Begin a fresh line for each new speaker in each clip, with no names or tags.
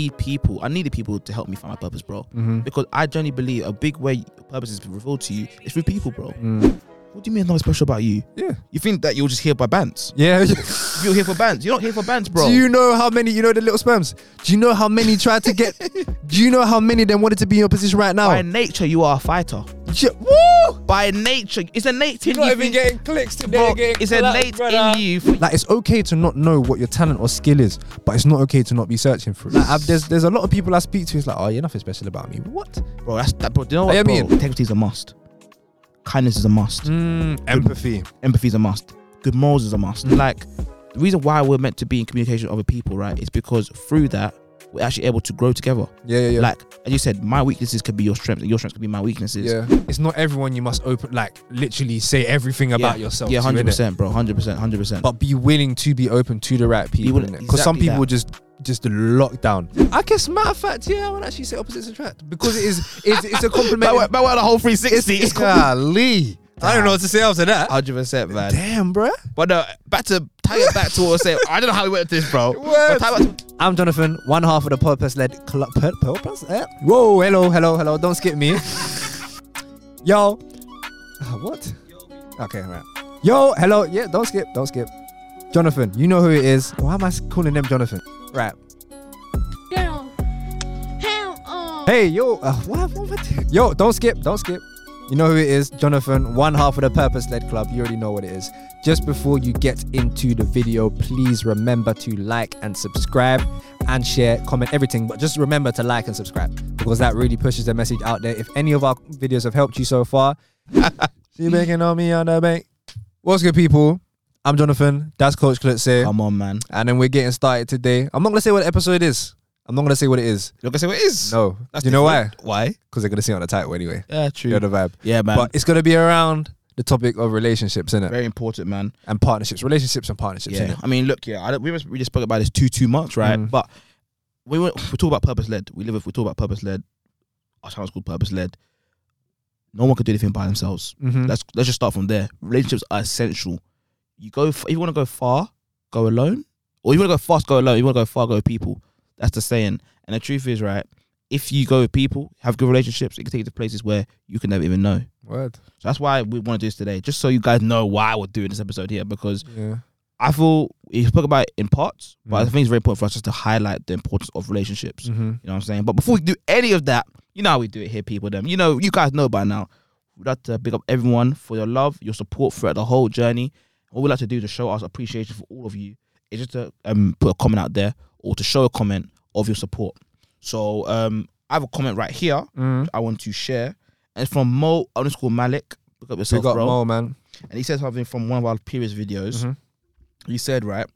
need people. I needed people to help me find my purpose, bro.
Mm-hmm.
Because I genuinely believe a big way your purpose is revealed to you is through people, bro.
Mm.
What do you mean there's nothing special about you?
Yeah.
You think that you're just here by bands?
Yeah.
You're here for bands. You're not here for bands, bro.
Do you know how many? You know the little sperms. Do you know how many tried to get? do you know how many of them wanted to be in your position right now?
by nature, you are a fighter.
Yeah, woo!
By nature, it's innate in
You're not
you.
even
think-
getting clicks today.
bro,
you're getting
it's
collabs,
innate
brother.
in you. For,
Like it's okay to not know what your talent or skill is, but it's not okay to not be searching for it. Like, I've, there's there's a lot of people I speak to. It's like, oh, you're nothing special about me. What?
bro, that's that, bro. Do you know what,
Like, I
bro?
mean-
Integrity is a must. Kindness is a must.
Mm, empathy.
empathy is a must. Good morals is a must.
Mm.
Like the reason why we're meant to be in communication with other people, right, is because through that we're actually able to grow together.
Yeah, yeah, yeah.
Like as you said, my weaknesses could be your strengths, and your strengths could be my weaknesses.
yeah. It's not everyone you must open like literally say everything about yourself.
Yeah,
to, innit?
hundred percent, bro. Hundred percent, hundred percent.
But be willing to be open to the right people.
willing-
Because some
exactly
people
that.
just just lock down. I guess matter of fact, yeah, I would actually say opposites attract because it is it's, it's a compliment.
we're the whole three sixty.
it's golly. I don't know what to say after that.
Hundred percent, man.
Damn, bruh.
But no, back to tie it back to what I was saying. I don't know how we went to this, bro. But tie back to-
I'm Jonathan, one half of the purpose-led club. Pur- purpose? Eh? Whoa, hello, hello, hello! Don't skip me. Yo, Ah, what? Okay, right. Yo, hello, yeah. Don't skip, don't skip. Jonathan, you know who it is. Why am I s- calling them Jonathan? Right.
Girl, how um
Hey, yo, uh, what, what, what? Yo, don't skip, don't skip. You know who it is, Jonathan, one half of the Purpose Led Club. You already know what it is. Just before you get into the video, please remember to like and subscribe and share, comment, everything. But just remember to like and subscribe because that really pushes the message out there. If any of our videos have helped you so far, she making on me on the bank. What's good, people? I'm Jonathan. That's Coach Klutze.
Come on, man.
and then we're getting started today. I'm not going to say what episode it is. I'm not going to say what it is.
You're gonna say what it is?
No.
That's
you know why?
different. Why?
because they're gonna see it on the title anyway.
Yeah, true.
You know the vibe.
yeah, man.
But it's gonna be around the topic of relationships, innit?
Very important, man.
And partnerships, relationships and partnerships,
Yeah, I mean, look, yeah, I don't, we, just, we just spoke about this too too much, right?
Mm.
But we went, we talk about purpose led. We live with we talk about purpose led. Our channel's called purpose led. No one can do anything by themselves.
innit? Mm-hmm.
Let's let's just start from there. Relationships are essential. You go f- if you want to go far, go alone, or you want to go fast, go alone. You want to go far, go with people. That's the saying. And the truth is, right? If you go with people, have good relationships, it can take you to places where you can never even know.
Word.
So that's why we want to do this today, just so you guys know why we're doing this episode here, because
Yeah.
I feel you spoke about it in parts, but I
Mhm.
think it's very important for us just to highlight the importance of relationships.
Mm-hmm.
You know what I'm saying? But before we do any of that, you know how we do it here, people. Them, you know, you guys know by now. We'd like to big up everyone for your love, your support throughout the whole journey. What we'd like to do to show our appreciation for all of you is just to um, put a comment out there or to show a comment of your support. So um, I have a comment right here I want to share. And it's from Mo underscore Malik. Pick up
We
yourself,
got
bro
more, man.
and he said something from one of our previous videos.
Mhm.
He said, right,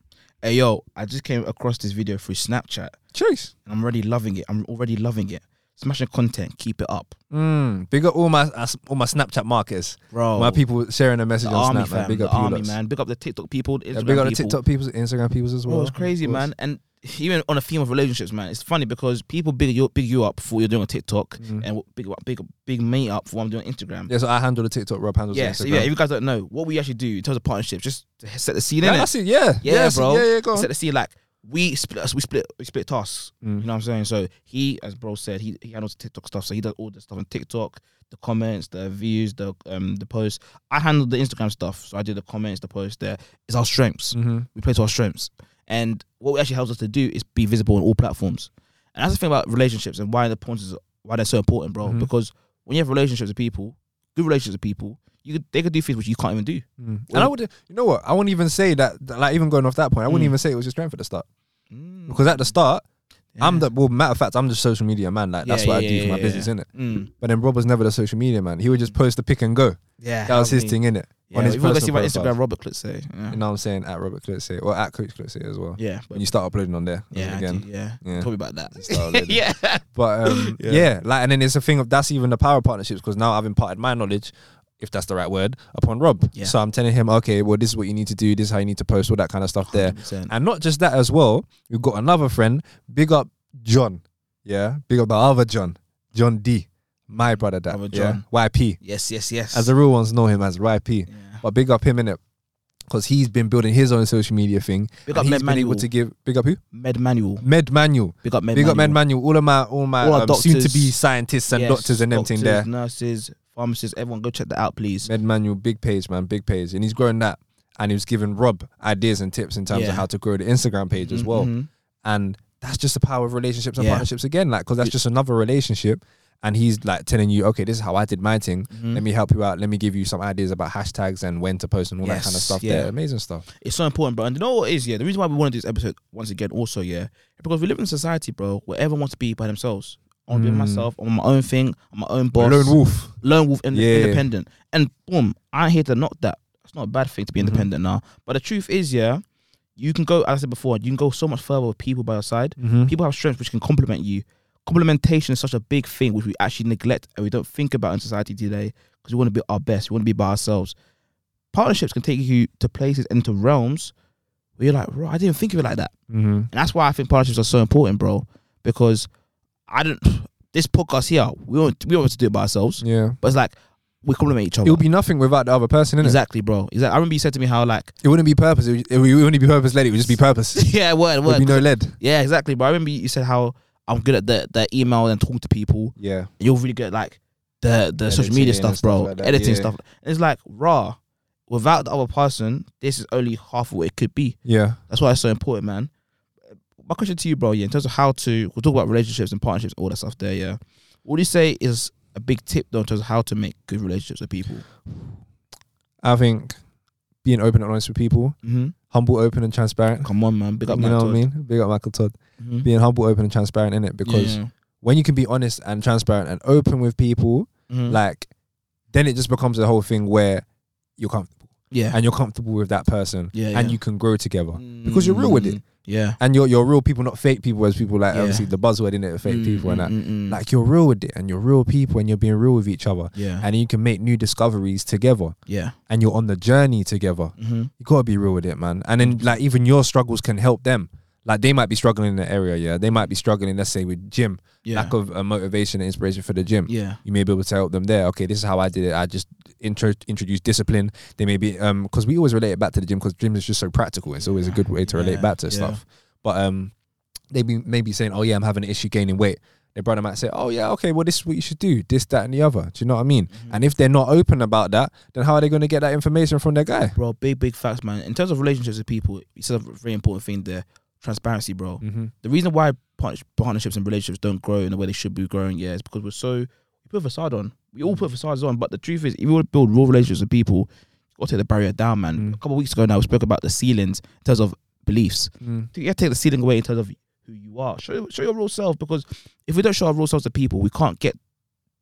hey yo, I just came across this video through Snapchat
Cheers.
and I'm already loving it. I'm already loving it. Smashing content, keep it up.
Mm. Big up all my uh, all my Snapchat marketers,
Bro.
my people sharing a message
Oh. the
on
army
Snap, man.
fam,
Big
the
up you
army
lots.
man. Big up the TikTok people, the Instagram
Yeah, big up the
people.
TikTok peoples, Instagram peoples as well.
Bro, it's crazy,
Of course.
man. And even on a theme of relationships, man, it's funny because people big you big you up for what you're doing on TikTok
Mhm.
and big up big big me up for what I'm doing on Instagram.
Yeah, so I handle the TikTok, Rob handles
yeah,
the Instagram.
so yeah, if you guys don't know what we actually do in terms of partnerships, just to set the scene
yeah,
in
that's it. Yeah,
Yeah,
Yes,
bro.
Yeah, yeah, go on.
set the scene like we split we split we split tasks. You
Mm.
know what I'm saying? So he, as bro said, he, he handles TikTok stuff. So he does all the stuff on TikTok, the comments, the views, the um the posts. I handle the Instagram stuff. So I do the comments, the posts there. It's our strengths.
Mhm.
We play to our strengths. And what it actually helps us to do is be visible on all platforms. And that's the thing about relationships and why the points is why they're so important, bro.
Mhm.
Because when you have relationships with people, good relationships with people, you could, they could do things which you can't even do.
Mm. And
Well-
I would, you know what? I wouldn't even say that. that, Like even going off that point, I wouldn't
Mm.
even say it was your strength at the start because at the start, I'm the well, matter of fact, I'm the social media man. Like that's
Yeah,
what I
yeah,
do for my
yeah,
business,
yeah.
innit?
Mm.
But then Rob was never the social media man. He would just post the pick and go.
yeah.
That was his
I mean,
thing, innit?
Yeah,
on his
if you want to see
personal
my
profiles.
Instagram, Robert Klutz say. Yeah.
You know what I'm saying? At Robert Clitze or at Coach Clitze as well.
Yeah, but
When you start uploading on there
Yeah,
again.
I do, yeah.
Yeah.
Tell me about
You start uploading.
that. yeah.
But um, yeah.
Yeah.
like, and then it's a thing of that's even the power of partnerships because now I've imparted my knowledge, if that's the right word, upon Rob.
Yeah.
So I'm telling him, okay, well, this is what you need to do. This is how you need to post all that kind of stuff there.
100%.
And not just that as well. We've got another friend. Big up John. Yeah, big up the other John, John D, my brother. That
Other
yeah?
John.
YP.
Yes, yes, yes.
As the real ones know him as YP.
yeah.
But big up him in it. because he's been building his own social media thing.
Big
and
up
he's
Med
been
Manual.
able to give big up who
Med Manual.
Med Manual.
Big up Med
big
Manual.
up Med Manual. All of my all my
All our
um, soon to be
doctors.
scientists and
Yes,
doctors and everything there.
doctors, Nurses, pharmacists, everyone go check that out, please.
Med Manual, big page, man, big page, and he's growing that. And he was giving Rob ideas and tips in terms
Yeah.
of how to grow the Instagram page as well.
Mhm.
and that's just the power of relationships and
Yeah.
partnerships again like because that's just another relationship and he's like telling you okay this is how i did my thing
Mm-hmm.
let me help you out let me give you some ideas about hashtags and when to post and all that kind of
Yes,
stuff
yeah.
there amazing stuff
It's so important, bro. And you know what it is, yeah? The reason why we want to do this episode once again, also, yeah, because we live in a society, bro, where everyone wants to be by themselves. I
Hmm.
want to be myself, on my own thing, on my own boss.
lone wolf
lone wolf ind-
Yeah, yeah.
independent and boom i ain't here to knock that it's not a bad thing to be independent now but the truth is yeah you can go as i said before you can go so much further with people by your side
Mm-hmm.
people have strengths which can complement you complementation is such a big thing which we actually neglect and we don't think about in society today because we want to be our best we want to be by ourselves partnerships can take you to places and to realms where you're like bro i didn't think of it like that
mm-hmm.
and that's why I think partnerships are so important, bro. Because I don't this podcast here, we don't we don't have to do it by ourselves.
yeah
But it's like we complement each
it
other.
would be nothing without the other person innit?
exactly, bro. Exactly. I remember you said to me how like
it wouldn't be purpose it, would, it wouldn't be purpose led it would just be purpose
yeah, word,
would
word.
be no lead
yeah, exactly, bro. I remember you said how I'm good at the the email and talking to people.
yeah
You're really good at like the the social media
Editing and
stuff, bro.
stuff like that,
Editing
yeah.
stuff. And it's like raw. Without the other person, this is only half of what it could be.
yeah
That's why it's so important, man. My question to you, bro, yeah, in terms of how to we'll talk about relationships and partnerships, all that stuff there, yeah. What do you say is a big tip though in terms of how to make good relationships with people?
i think being open and honest with people
Mm-hmm.
humble open and transparent
Come on, man, big
you
up,
know
man.
what i mean big up michael todd
Mm-hmm.
being humble open and transparent in it because when you can be honest and transparent and open with people
Mm-hmm. Mm.
like then it just becomes a whole thing where you're comfortable
yeah,
and you're comfortable with that person
Yeah,
and
yeah.
you can grow together because you're real with it
Mm, Yeah,
and you're you're real people not fake people as people like
Yeah.
obviously the buzzword in it fake
Mm,
people and that
mm, mm, mm.
like you're real with it and you're real people and you're being real with each other
yeah,
and you can make new discoveries together
yeah,
and you're on the journey together
mm-hmm.
you gotta be real with it, man. And then like even your struggles can help them. Like they might be struggling in the area, yeah. They might be struggling, let's say, with gym,
yeah,
lack of uh, motivation and inspiration for the gym.
yeah,
You may be able to help them there. Okay, this is how I did it. I just intro introduced discipline. They may be um because we always relate it back to the gym because gym is just so practical. It's always a good way to relate
Yeah,
back to
yeah.
stuff. But um, they be maybe saying, oh yeah, I'm having an issue gaining weight. Their brother might say, oh yeah, okay, well this is what you should do, this, that, and the other. Do you know what I mean?
Mm-hmm.
And if they're not open about that, then how are they going to get that information from their guy?
bro. Big, big facts, man. In terms of relationships with people, it's a very important thing there. Transparency, bro.
Mm-hmm.
the reason why partners- partnerships and relationships don't grow in the way they should be growing, yeah, is because we're so we put a facade on. We all put facades on, but the truth is, if you want to build real relationships with people, you got to take the barrier down, man.
Mm.
A couple of weeks ago now, we spoke about the ceilings in terms of beliefs.
Mm.
You have to take the ceiling away in terms of who you are. Show show your real self because if we don't show our real selves to people, we can't get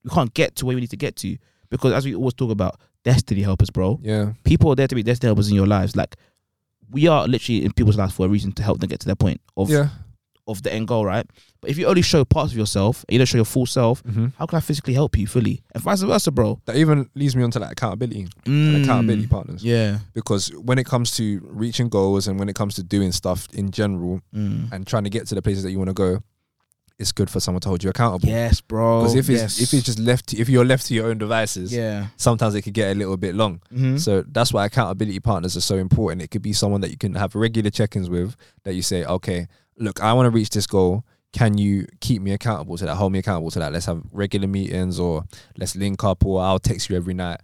we can't get to where we need to get to. Because as we always talk about, destiny help us, bro
Yeah.
people are there to be destiny helpers in your lives. Like we are literally in people's lives for a reason to help them get to their point of
Yeah.
of the end goal, right? But if you only show parts of yourself, and you don't show your full self, how can I physically help you fully? And vice versa, bro.
That even leads me onto like accountability
Mm.
and accountability partners.
Yeah.
Because when it comes to reaching goals and when it comes to doing stuff in general
Mm.
and trying to get to the places that you want to go, it's good for someone to hold you accountable.
Yes, bro.
Because if it's
yes.
if it's just left to, if you're left to your own devices,
yeah.
sometimes it could get a little bit long.
Mhm.
So that's why accountability partners are so important. It could be someone that you can have regular check-ins with that you say, okay, look, I want to reach this goal. Can you keep me accountable to that? Hold me accountable to that. Let's have regular meetings or let's link up or I'll text you every night.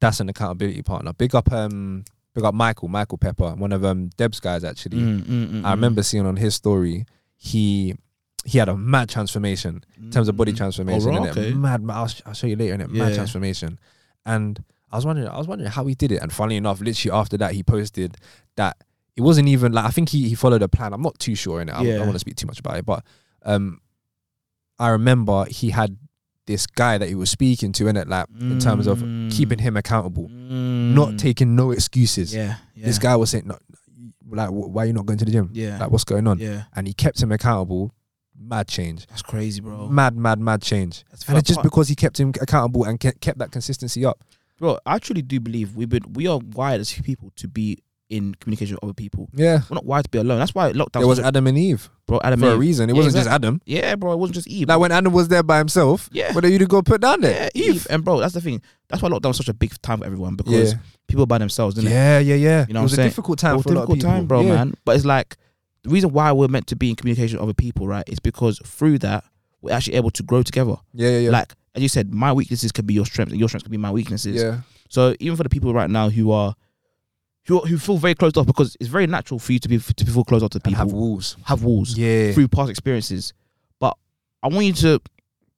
That's an accountability partner. Big up um big up Michael, Michael Pepper, one of um Deb's guys actually.
Mm, mm, mm,
I
mm.
remember seeing on his story, he he had a mad transformation in terms of body
Mm.
transformation.
Oh, right,
innit?
okay.
Mad, mad- I'll, sh- I'll show you later. Innit?
Yeah.
Mad transformation. And I was wondering, I was wondering how he did it. And funnily enough, literally after that, he posted that it wasn't even like I think he he followed a plan. I'm not too sure in it. I
Yeah.
don't want to speak too much about it, but um, I remember he had this guy that he was speaking to in it, like in terms of
Mm.
keeping him accountable,
Mm.
not taking no excuses.
Yeah. yeah.
This guy was saying, no, like, wh- why are you not going to the gym?
Yeah.
Like, what's going on?
yeah.
and he kept him accountable. Mad change,
That's crazy, bro.
mad, mad, mad change.
That's
And it's just
part-
because he kept him accountable and ke- kept that consistency up.
bro, I truly do believe we been we are wired as people to be in communication with other people.
Yeah.
We're not wired to be alone. That's why lockdown
It was Adam and Eve
bro. Adam
for
and
a
Eve.
reason. It
Yeah,
wasn't
exactly.
just Adam.
Yeah, bro. It wasn't just Eve.
Like when Adam was there by himself,
yeah.
what are you to go put down
yeah,
there?
Eve. And bro, that's the thing. That's why lockdown was such a big time for everyone because
Yeah.
people by themselves, didn't it?
Yeah, yeah, yeah.
You know what
it was
I'm
a
saying?
difficult time
Well,
for a lot of
difficult
people.
time, bro,
Yeah.
man. But it's like the reason why we're meant to be in communication with other people, right? Is because through that we're actually able to grow together.
Yeah, yeah, yeah.
Like as you said, my weaknesses could be your strengths, and your strengths could be my weaknesses.
yeah.
So even for the people right now who are who, who feel very closed off, because it's very natural for you to be to be feel closed off to
And
people, have,
wolves.
walls
Yeah.
through past experiences. But I want you to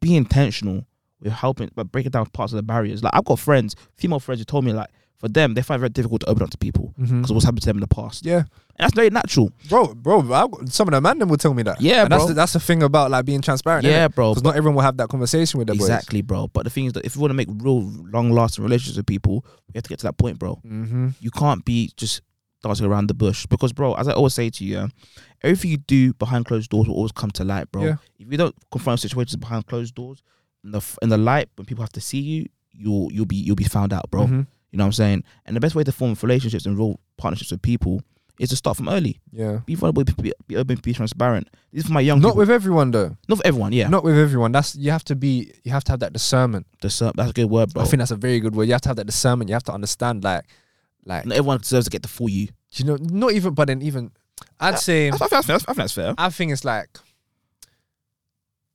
be intentional with helping, but breaking down parts of the barriers. Like I've got friends, female friends, who told me like for them they find it very difficult to open up to people
Mhm.
because of what's happened to them in the past.
Yeah,
And that's very natural.
bro, bro. I- some of the man them will tell me that.
Yeah,
and that's
bro.
the, that's the thing about like being transparent.
Yeah, bro.
because not everyone will have that conversation with their
Exactly, bro. But the thing is that if you want to make real, long-lasting relationships with people, we have to get to that point, bro.
boys. Mm-hmm.
you can't be just dancing around the bush because, bro, as I always say to you, yeah, everything you do behind closed doors will always come to light, bro.
Yeah.
If you don't confront situations behind closed doors in the in the light when people have to see you, you'll you'll be you'll be found out, bro.
Mhm.
You know what I'm saying? And the best way to form relationships and real partnerships with people is to start from early.
Yeah,
Be vulnerable, be, be, be open, be transparent. This is for my young
not
people.
with everyone though.
not for everyone, yeah.
Not with everyone. That's you have to be. You have to have that discernment.
Discern- that's a good word, bro.
I think that's a very good word. You have to have that discernment. You have to understand like, like
not everyone deserves to get the full you.
you know, not even. But then even, I'd say
I think that's fair. I think that's fair.
I think it's like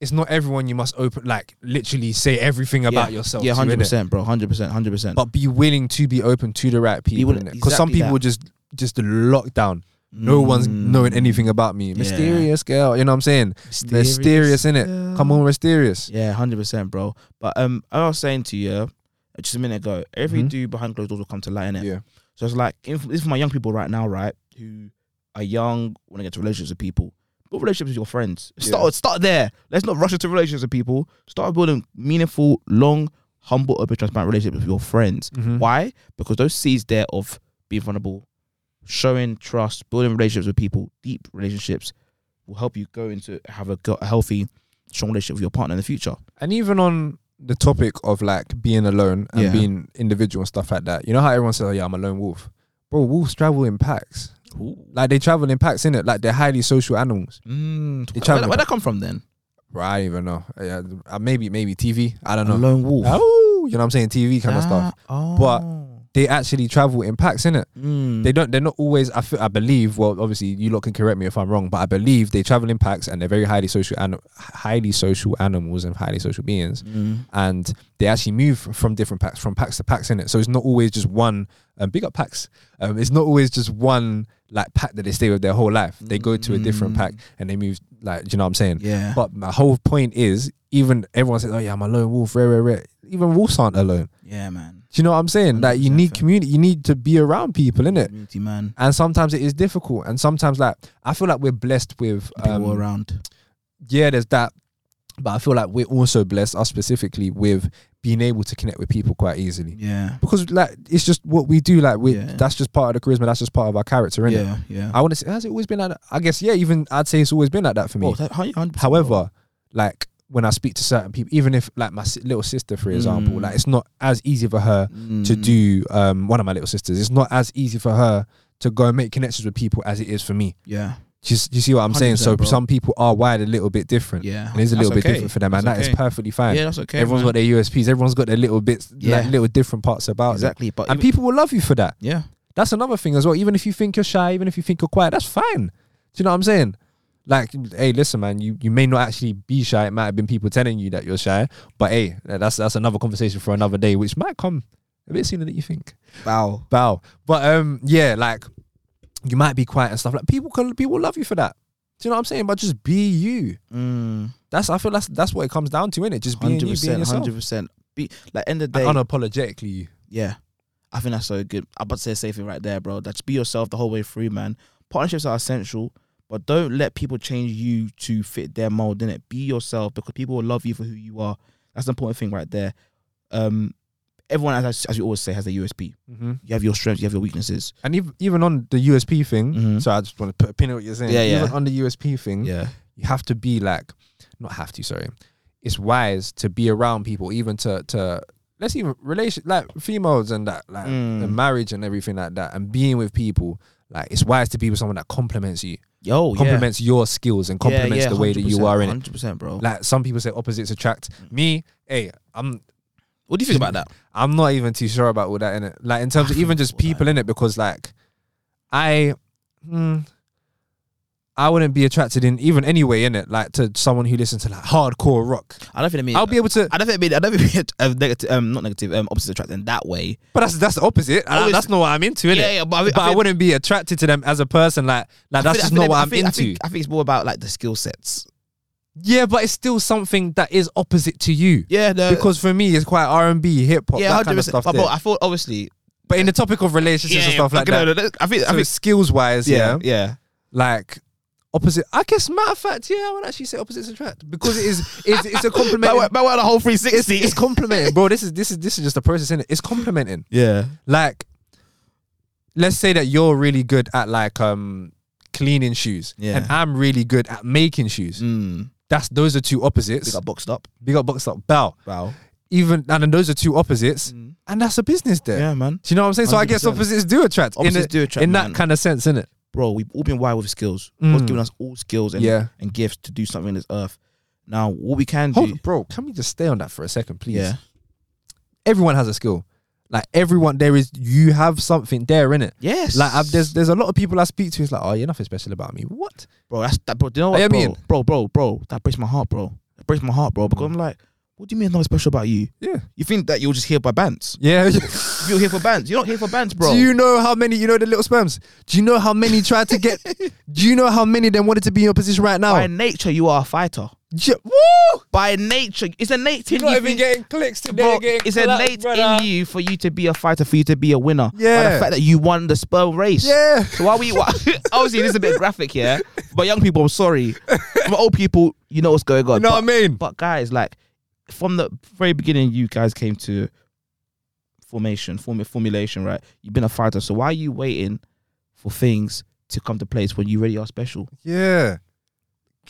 it's not everyone you must open like literally say everything about yourself.
Yeah,
to, innit?
hundred percent, bro. Hundred percent, hundred percent.
But be willing to be open to the right people.
willing-
Because some
exactly
people
that.
just just the lockdown. No one's
Mm.
knowing anything about me. Mysterious girl. You know what I'm saying? Mysterious, in it. Come on, mysterious.
Yeah, hundred percent, bro. But um, I was saying to you uh, just a minute ago, everything
Mhm.
you do behind closed doors will come to light, innit?
Yeah.
So it's like in, this is for my young people right now, right? Who are young, want to get to relationships with people. Build relationships with your friends. Start start there. Let's not rush into relationships with people. Start building meaningful, long, humble, open, transparent relationships with your friends.
Mhm.
Why? Because those seeds there of being vulnerable, showing trust, building relationships with people, deep relationships, will help you go into have a, go- a healthy, strong relationship with your partner in the future.
And even on the topic of like being alone and
Yeah.
being individual and stuff like that, you know how everyone says, oh, yeah, I'm a lone wolf. Bro, wolves travel in packs. Like they travel in packs, innit? Like they're highly social animals.
Mm,
They
where,
travel.
where'd that come from then?
Bro, I don't even know. Yeah, uh, maybe, maybe TV. I don't
A
know.
lone wolf.
Oh, you know what I'm saying? TV kind of stuff.
Ah,
But-
oh.
They actually travel in packs, innit?
Mm.
They don't. They're not always. I feel, I believe. Well, obviously, you lot can correct me if I'm wrong, but I believe they travel in packs and they're very highly social and highly social animals and highly social beings,
Mm.
and they actually move from different packs, from packs to packs in it. So it's not always just one. Um, big up packs. Um, it's not always just one like pack that they stay with their whole life. They go to a different
Mm.
pack and they move. Like, do you know what I'm saying?
Yeah.
But my whole point is, even everyone says, "Oh yeah, I'm a lone wolf." Rare, rare, rare. Even wolves aren't alone.
yeah, man.
Do you know what I'm saying? Like, you
100%
need
fair.
community. You need to be around people, innit?
Community, man.
and sometimes it is difficult and sometimes like i feel like we're blessed with
People
um,
around.
yeah there's that but i feel like we're also blessed us specifically with being able to connect with people quite easily
Yeah.
because like it's just what we do like we
Yeah.
that's just part of the charisma that's just part of our character innit?
Yeah. Yeah.
i want to say has it always been like that i guess yeah even i'd say it's always been like that for me
Well, Oh, that- 100%,
however like when i speak to certain people even if like my si- little sister for example
Mm.
like it's not as easy for her
Mm.
to do um, one of my little sisters. It's not as easy for her to go and make connections with people as it is for me.
Yeah.
Do you, do you see what I'm saying? So
100%, bro.
some people are wired a little bit different.
Yeah.
And it's a
That's
little bit
okay.
different for them, and
That's
that is
okay.
perfectly fine.
Yeah, that's okay.
Everyone's
man.
got their USPs. Everyone's got their little bits,
Yeah.
like little different parts about them.
exactly, but
And
even-
people will love you for that.
yeah,
That's another thing as well. Even if you think you're shy, even if you think you're quiet, that's fine. Do you know what I'm saying? Like, hey, listen, man, you, you may not actually be shy. It might have been people telling you that you're shy, but hey, that's that's another conversation for another day, which might come a bit sooner than you think
wow,
bow. But um, yeah, like you might be quiet and stuff. Like people can people love you for that. Do you know what I'm saying? But just be you.
mm,
That's I feel that's that's what it comes down to, innit? Just being
hundred
you, being
percent,
yourself,
hundred percent. Be like end of the
and
day,
unapologetically you.
yeah. I think that's so good. I'm about to say a safe thing right there, bro. That's be yourself the whole way through, man. Partnerships are essential, but don't let people change you to fit their mold. In it, be yourself because people will love you for who you are. That's the important thing right there. Um, everyone, as as you always say, has their USP. You have your strengths, you have your weaknesses.
And even even on the USP thing,
Mhm.
so I just want to put a pin in what you're saying.
Yeah, yeah.
Even on the USP thing,
Yeah,
you have to be like, not have to. Sorry, it's wise to be around people, even to to. let's even relation like females and that like
Mm.
the marriage and everything like that and being with people like it's wise to be with someone that compliments you
Yo,
compliments your skills and
Oh, yeah. Yeah,
compliments
yeah,
the way that you are in it
Hundred percent, bro.
like some people say opposites attract me hey i'm
what do you think about that?
i'm not even too sure about all that in it like in terms
I
of even
think
just
all that-
people in it because like i hmm, i wouldn't be attracted in even anyway in it like to someone who listens to like hardcore rock
I don't think it means.
i'll be able to
I don't think it means. I don't think it means, um, negative. Um, not negative. Um, opposite attract in that way.
but that's that's the opposite And
Always-
that's not what i'm into innit?
yeah, yeah. But I, think-
but I,
think-
wouldn't be attracted to them as a person. Like, like
I think-
that's just
I think
not
it-
what
I
I'm
think- I
into.
think- I think it's more about like the skill sets.
yeah, but it's still something that is opposite to you.
Yeah, no.
Because for me, it's quite R and B, hip hop,
yeah,
that kind of
100%.
stuff.
But,
there.
but
But,
I thought obviously
in the topic of relationships and stuff like
okay, no,
that,
no, that's- I think, I
so
think,
skills wise, yeah,
yeah, yeah.
like opposite. I guess matter of fact, yeah, I would actually say opposites attract because it is it's, it's a compliment.
But we're on a whole three
it's,
sixty.
it's complimenting, bro. This is this is this is just a process in it. It's complimenting.
Yeah,
Like, let's say that you're really good at like um cleaning shoes,
Yeah.
and I'm really good at making shoes.
mm.
That's those are two
we
opposites.
got boxed up.
Big up, box up, bow.
Wow.
Even and then those are two opposites, and that's a business there.
Mm. Yeah, man.
Do you know what I'm saying? So I guess
100%.
opposites do attract. in
Opposites
a-
do attract,
in that
man.
kind of sense, innit?
Bro, we've all been wired with skills. God's
Mm.
given us all skills and,
Yeah.
and gifts to do something on this earth. Now, what we can
Hold,
do,
on, bro. Can we just stay on that for a second, please?
yeah,
Everyone has a skill. Like everyone, there is you have something there in it.
yes,
Like I've, there's there's a lot of people I speak to. It's like, oh, you're nothing special about me. What?
bro, that's that, bro. Do you know what,
Yeah, I
bro,
mean- Hmm.
bro, bro, bro, that breaks my heart, bro. That breaks my heart, bro, because I'm like, what do you mean there's nothing special about you?
Yeah,
You think that you're just here by bands?
yeah.
You're here for bands. You're not here for bands, bro.
Do you know how many? You know the little sperms. Do you know how many tried to get? do you know how many of them wanted to be in your position right now?
by nature, you are a fighter.
Yeah, woo!
By nature, it's innate in you. think-
getting clicks
Bro, it's innate in you for you to be a fighter, for you to be a winner. By
Yeah.
the fact that you won the sperm race.
Yeah.
So why we why, obviously this is a bit graphic here, but young people, I'm sorry. From old people, you know what's going on.
You know
but,
what I mean?
but guys, like from the very beginning, you guys came to formation, form, formulation, right? You've been a fighter, so why are you waiting for things to come to place when you really are special?
Yeah.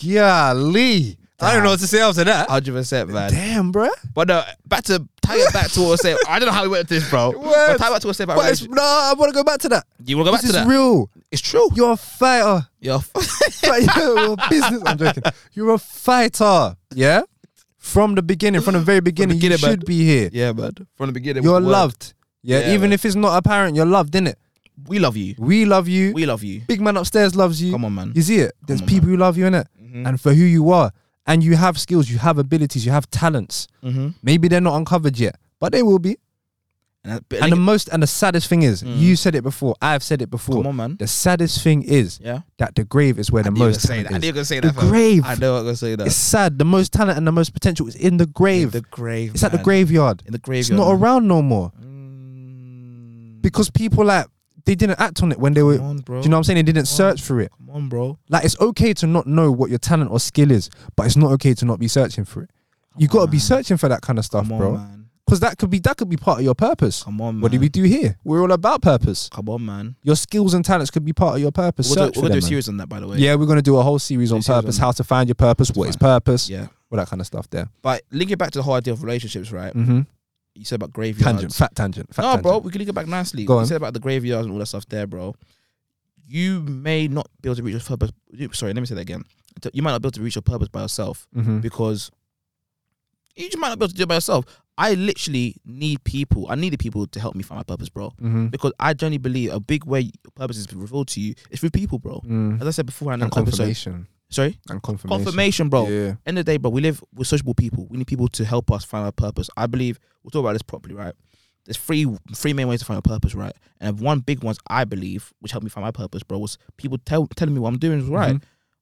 Golly. I don't know what to say after that.
Hundred percent, man.
Damn, bruh.
But no, back to tie it back to what I said. I don't know how we went to this, bro. But
Words.
tie it back to what I said about
But it's,
relationship.
no, I want to go back to that.
You want to go back
this
to
is
that?
real.
It's true.
You're a fighter.
Yo,
But you're a business. I'm joking. You're a fighter. Yeah? From the beginning, from the very beginning,
beginning,
you
man.
should be here.
yeah, man. From the beginning,
You're
we were-
loved. Yeah,
Yeah,
even
man.
if it's not apparent, you're loved, innit?
We love you.
We love you.
We love you.
Big man upstairs loves you.
Come on, man.
You see it? There's
on, Mm-hmm.
people who love you in it and for who you are. And you have skills, you have abilities, you have talents.
Mm-hmm.
Maybe they're not uncovered yet, but they will be.
And, that- but
And the
like-
most and the saddest thing is, you said it before, I've said it before.
Mm. come on, man.
The saddest thing is
Yeah.
that the grave is where the
I knew you were
most
gonna say
talent
that. I knew
is.
you were gonna say
The
that. fam.
grave.
I know I'm gonna say that.
It's sad. The most talent and the most potential is in the
In
grave.
the grave.
it's at the
man.
graveyard.
In the
It's
graveyard. Mm.
not around no more
around.
because people like they didn't act on it when they were.
Come on, bro.
Do you know what I'm saying? They didn't
Come on.
search for it.
Come on, bro.
Like it's okay to not know what your talent or skill is, but it's not okay to not be searching for it. You
Come
gotta
on,
be
man.
searching for that kind of stuff,
Come on,
bro.
man.
Because that could be that could be part of your purpose.
Come on, man.
What do we do here? We're all about purpose.
Come on, man.
Your skills and talents could be part of your purpose.
We're gonna
Search
we're
for
gonna do a
them,
series on that, by the way.
man. Yeah, we're gonna do a whole series
Do a
on
series
purpose,
on-
how to find your purpose, what is
fine.
purpose,
Yeah.
all that kind of stuff there.
But linking back to the whole idea of relationships, right?
Mm-hmm.
You said about graveyards.
Tangent, fat tangent, fat
no,
tangent.
bro, we can link it back nicely.
Go
you
on.
said about the graveyards and all that stuff there, bro. You may not be able to reach your purpose. you- Sorry, let me say that again. You might not be able to reach your purpose by yourself
Mm-hmm.
because you just might not be able to do it by yourself. I literally need people. I needed people to help me find my purpose, bro.
Mm-hmm.
Because I genuinely believe a big way your purpose is revealed to you is through people, bro.
Mm.
As I said before,
And confirmation.
Sorry,
And confirmation.
confirmation, bro
Yeah.
end of the day, bro, we live with sociable people. We need people to help us find our purpose. I believe we'll talk about this properly, right? There's three three main ways to find your purpose, right? And one big ones I believe, which helped me find my purpose, bro, was people tell telling me what I'm doing is right.
Mhm.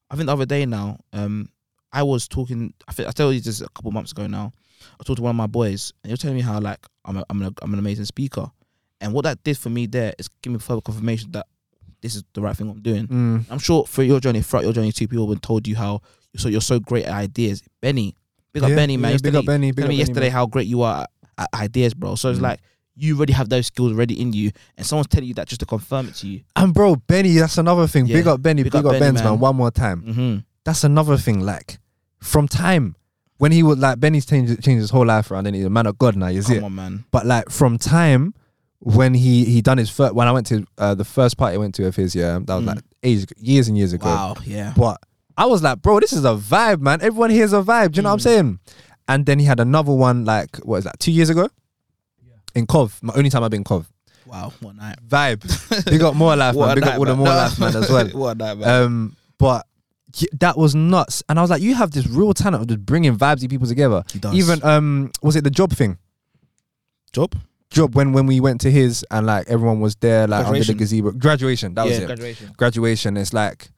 I think the other day now, um, I was talking. I think I told you this a couple months ago now. I talked to one of my boys, and he was telling me how like I'm a, I'm, a, I'm an amazing speaker, and what that did for me there is give me further confirmation that this is the right thing I'm doing.
Mm.
I'm sure for your journey, throughout your journey, two people have told you how so you're so great at ideas. Benny, big up
Yeah,
Benny, man.
yeah, big up
Yesterday-
Benny. Big
telling
up
me
Benny,
yesterday
man.
how great you are at, at ideas, bro. So it's
Mm.
like you already have those skills already in you, and someone's telling you that just to confirm it to you.
And bro, Benny, that's another thing.
Yeah.
Big up Benny, big,
Big
up,
up Benny,
Benz, man.
man.
One more time.
Mm-hmm.
That's another thing. Like from time, when he was like Benny's changed, changed his whole life around and he's a man of God now, you see
Come
it.
on, man.
But like from time when he he done his first when I went to uh, the first party I went to of his yeah that was
Mm.
like ages years and years ago.
Wow. Yeah.
But I was like, bro, this is a vibe, man. Everyone here's a vibe. Do you know what I'm
Mm.
saying? And then he had another one like what is that? Two years ago, in Cov. My only time I've been in Cov.
Wow. What a night.
Vibe. Big up more life, man.
a
Big
night,
up all the
man.
more
No.
life, man, as well.
what a night, man.
Um, but y- that was nuts, and I was like, you have this real talent of just bringing vibesy people together.
He does.
Even um, was it the job thing?
job.
Job when when we went to his and like everyone was there like under
Graduation.
the gazebo. Graduation. That was
yeah,
it.
graduation.
graduation. It's like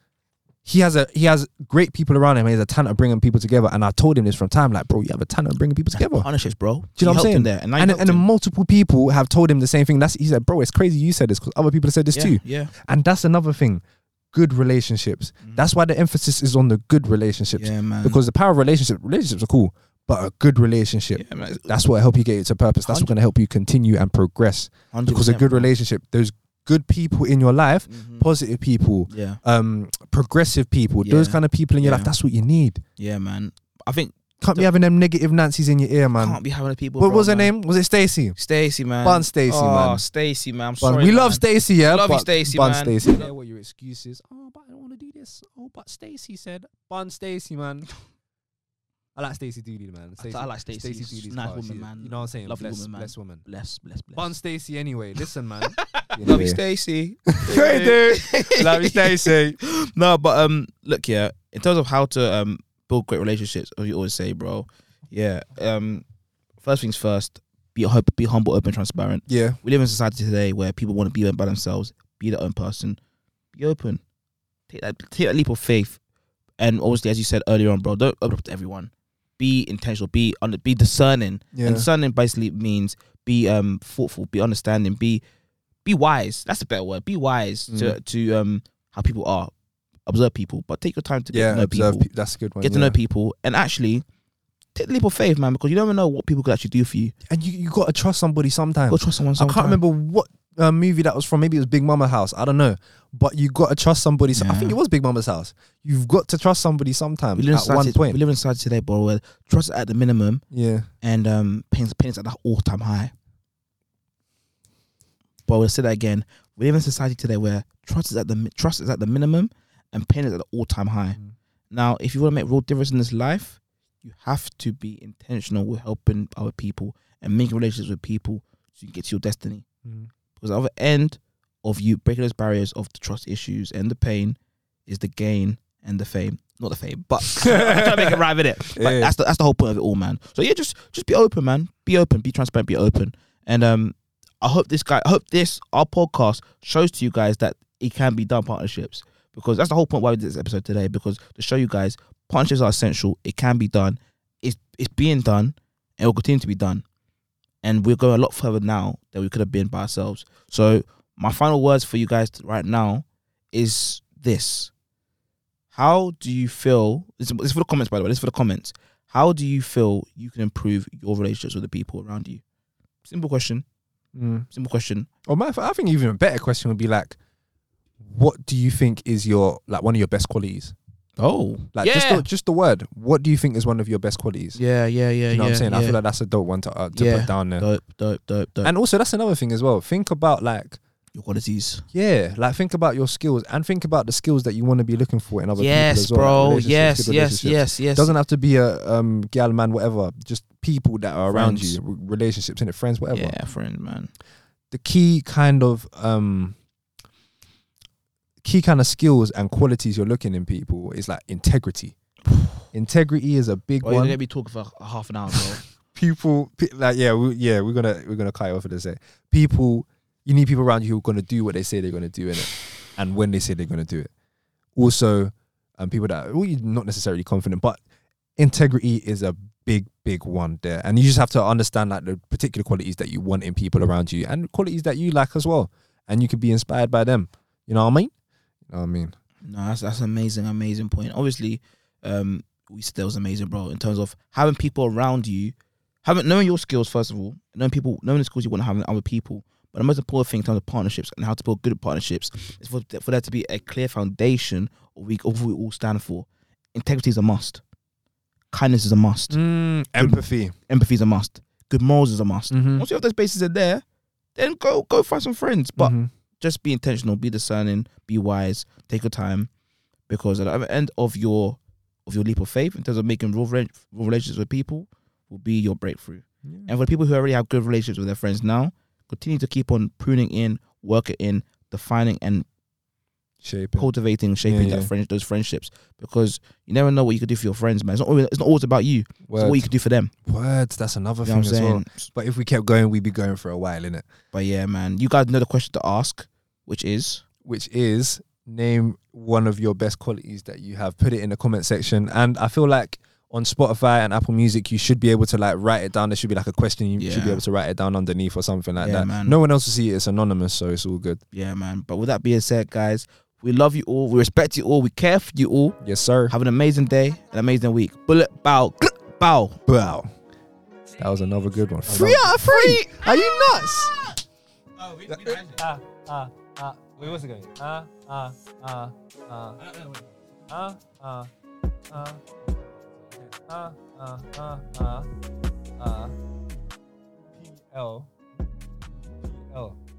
he has a he has great people around him. He has a talent of bringing people together. And I told him this from time, like, bro, you have a talent of bringing people together.
Partnerships, bro.
Do you know
He
what I'm
helped
saying?
him There, and, now you
And,
helped
and
him.
multiple people have told him the same thing. That's he said, bro, it's crazy you said this because other people have said this
yeah,
too.
Yeah.
And that's another thing. Good relationships. That's why the emphasis is on the good relationships.
Mm. Yeah, man.
Because the power of relationships, relationships are cool, but a good relationship.
yeah, man.
That's what help you get to purpose. That's what's going to help you continue and progress.
100%,
Because a good
bro.
relationship, those good people in your life,
Mhm.
positive people,
Yeah.
um progressive people, those
Yeah.
kind of people in your
Yeah.
life. That's what you need.
Yeah, man. I think
Can't be having them negative Nancys in your ear, man.
can't be having the people.
What
bro,
was her
man.
name? Was it Stacy?
Stacy, man.
Bun Stacy,
oh,
man.
Stacy, man. I'm
Bun.
sorry,
we
man.
love Stacy, yeah.
Love you,
but
Stacey,
Bun
man.
Stacy.
Yeah,
what your excuses? Oh, but I don't want to do this. Oh, but Stacy said. Bun Stacy, man. I like Stacy Dooley, man.
I- I like Stacey.
Stacey
She's a
Dooley's
nice
class.
woman,
She's-
man.
You know what I'm saying?
Lovely
bless,
woman, man.
bless woman.
Bless, bless, bless.
Bun Stacy, anyway. Listen, man.
Love you, Stacy.
Love you, Stacy.
no, but um, look, yeah. In terms of how to um build great relationships, as you always say, bro. Yeah. Um, first things first. Be hum- be humble, open, transparent.
Yeah.
We live in a society today where people want to be by themselves, be their own person, be open, take that take that leap of faith, and obviously, as you said earlier on, bro, don't open up to everyone. Be intentional. Be under. Be discerning.
Yeah.
And discerning basically means be um thoughtful, be understanding, be be wise. That's a better word. Be wise to
Mm.
to um how people are. Observe people, but take your time to get to
yeah.
know
Observe.
people.
Pe- that's a good one.
Get to
yeah.
know people, and actually take the leap of faith, man, because you never know what people could actually do for you.
And you you gotta trust somebody sometimes.
Go trust someone.
I can't
sometime.
remember what uh, movie that was from. Maybe it was Big Mama House. I don't know. But you got to trust somebody. So I think
Yeah.
it was Big Mama's House. You've got to trust somebody sometime
We live in
um, at one
society-
point.
We live in society today, bro, where trust is at the minimum
yeah.
and um pains pains at the all time high. But we'll say that again. We live in society today where trust is at the mi- trust is at the minimum and pain is at the all time high.
Mm.
Now, if you want to make real difference in this life, you have to be intentional with helping other people and making relationships with people so you get to your destiny.
Mm.
Because the other end of you breaking those barriers of the trust issues and the pain is the gain and the fame. Not the fame, but I'm trying to make it rhyme in it. But
Yeah.
that's the that's the whole point of it all, man. So yeah, just just be open, man. Be open, be transparent, be open. And um I hope this guy I hope this our podcast shows to you guys that it can be done partnerships. Because that's the whole point why we did this episode today, because to show you guys partnerships are essential, it can be done, it's it's being done, and it will continue to be done. And we're going a lot further now than we could have been by ourselves. So my final words for you guys right now is this. How do you feel? This this is for the comments, by the way. This is for the comments. How do you feel you can improve your relationships with the people around you? Simple question.
Mm.
Simple question.
Or matter of fact, I think even a better question would be like, what do you think is your like one of your best qualities?
Oh,
Like
yeah,
just the, just the word. What do you think is one of your best qualities?
yeah, yeah, yeah.
you
yeah,
know what I'm saying?
Yeah.
I feel like that's a dope one to uh, to
Yeah.
put down there.
dope, dope, dope, dope.
And also that's another thing as well. Think about like
your qualities.
Yeah, like think about your skills and think about the skills that you want to be looking for in other
Yes,
people as well. like
bro.
relationships,
Yes,
good
yes,
relationships.
yes, yes.
It doesn't have to be a um gal man, whatever. Just people that are around
Friends.
you, re- relationships in it, friends, whatever.
yeah, friend, man.
The key kind of um key kind of skills and qualities you're looking in people is like integrity. integrity is a big
Well, you're
one.
gonna be talking for a half an hour, bro.
people pe- like yeah we, yeah we're gonna we're gonna cut it off for the sec. people you need people around you who are gonna do what they say they're gonna do in it and when they say they're gonna do it also um people that well, you're not necessarily confident but integrity is a big big one there and you just have to understand like the particular qualities that you want in people around you and qualities that you lack as well and you can be inspired by them you know what i mean you know what i mean
No, that's that's amazing, amazing point. Obviously, um, we said that was amazing, bro. In terms of having people around you, having knowing your skills first of all, knowing people, knowing the skills you want to have in other people. But the most important thing in terms of partnerships and how to build good partnerships is for for there to be a clear foundation of we of what we all stand for. Integrity is a must. Kindness is a must.
Mm, empathy.
Empathy Mm-hmm. is a must. Good morals is a must.
Mhm.
Once you have those bases are there, then go go find some friends. But
Mhm.
just be intentional, be discerning, be wise, take your time, because at the other end of your of your leap of faith in terms of making real, rela- real relationships with people will be your breakthrough.
Mm-hmm.
And for the people who already have good relationships with their friends now, continue to keep on pruning in, work it in, defining and
Shape. it.
cultivating, shaping
Yeah,
that
yeah.
friend those friendships because you never know what you could do for your friends, man. It's not always, it's not always about you. It's what you
Words.
could do for them.
Words. That's another
You know
thing
what I'm
as
saying?
well. But if we kept going, we'd be going for a while, innit?
But yeah, man, you guys know the question to ask, which is
which is name one of your best qualities that you have. Put it in the comment section. And I feel like on Spotify and Apple Music, you should be able to like write it down. There should be like a question. You should be
Yeah.
able to write it down underneath or something like
Yeah,
that.
man.
No one else will see it. It's anonymous, so it's all good.
yeah, man. But with that being said, guys, we love you all, we respect you all, we care for you all.
Yes, sir.
Have an amazing day, an amazing week. Bullet bow, bow.
Wow. That was another good one.
out of free.
Are you nuts?
Wait, what's it going? Ah, ah, ah, ah. Ah, ah, ah. Ah, ah, ah, ah. Ah. P L. P L.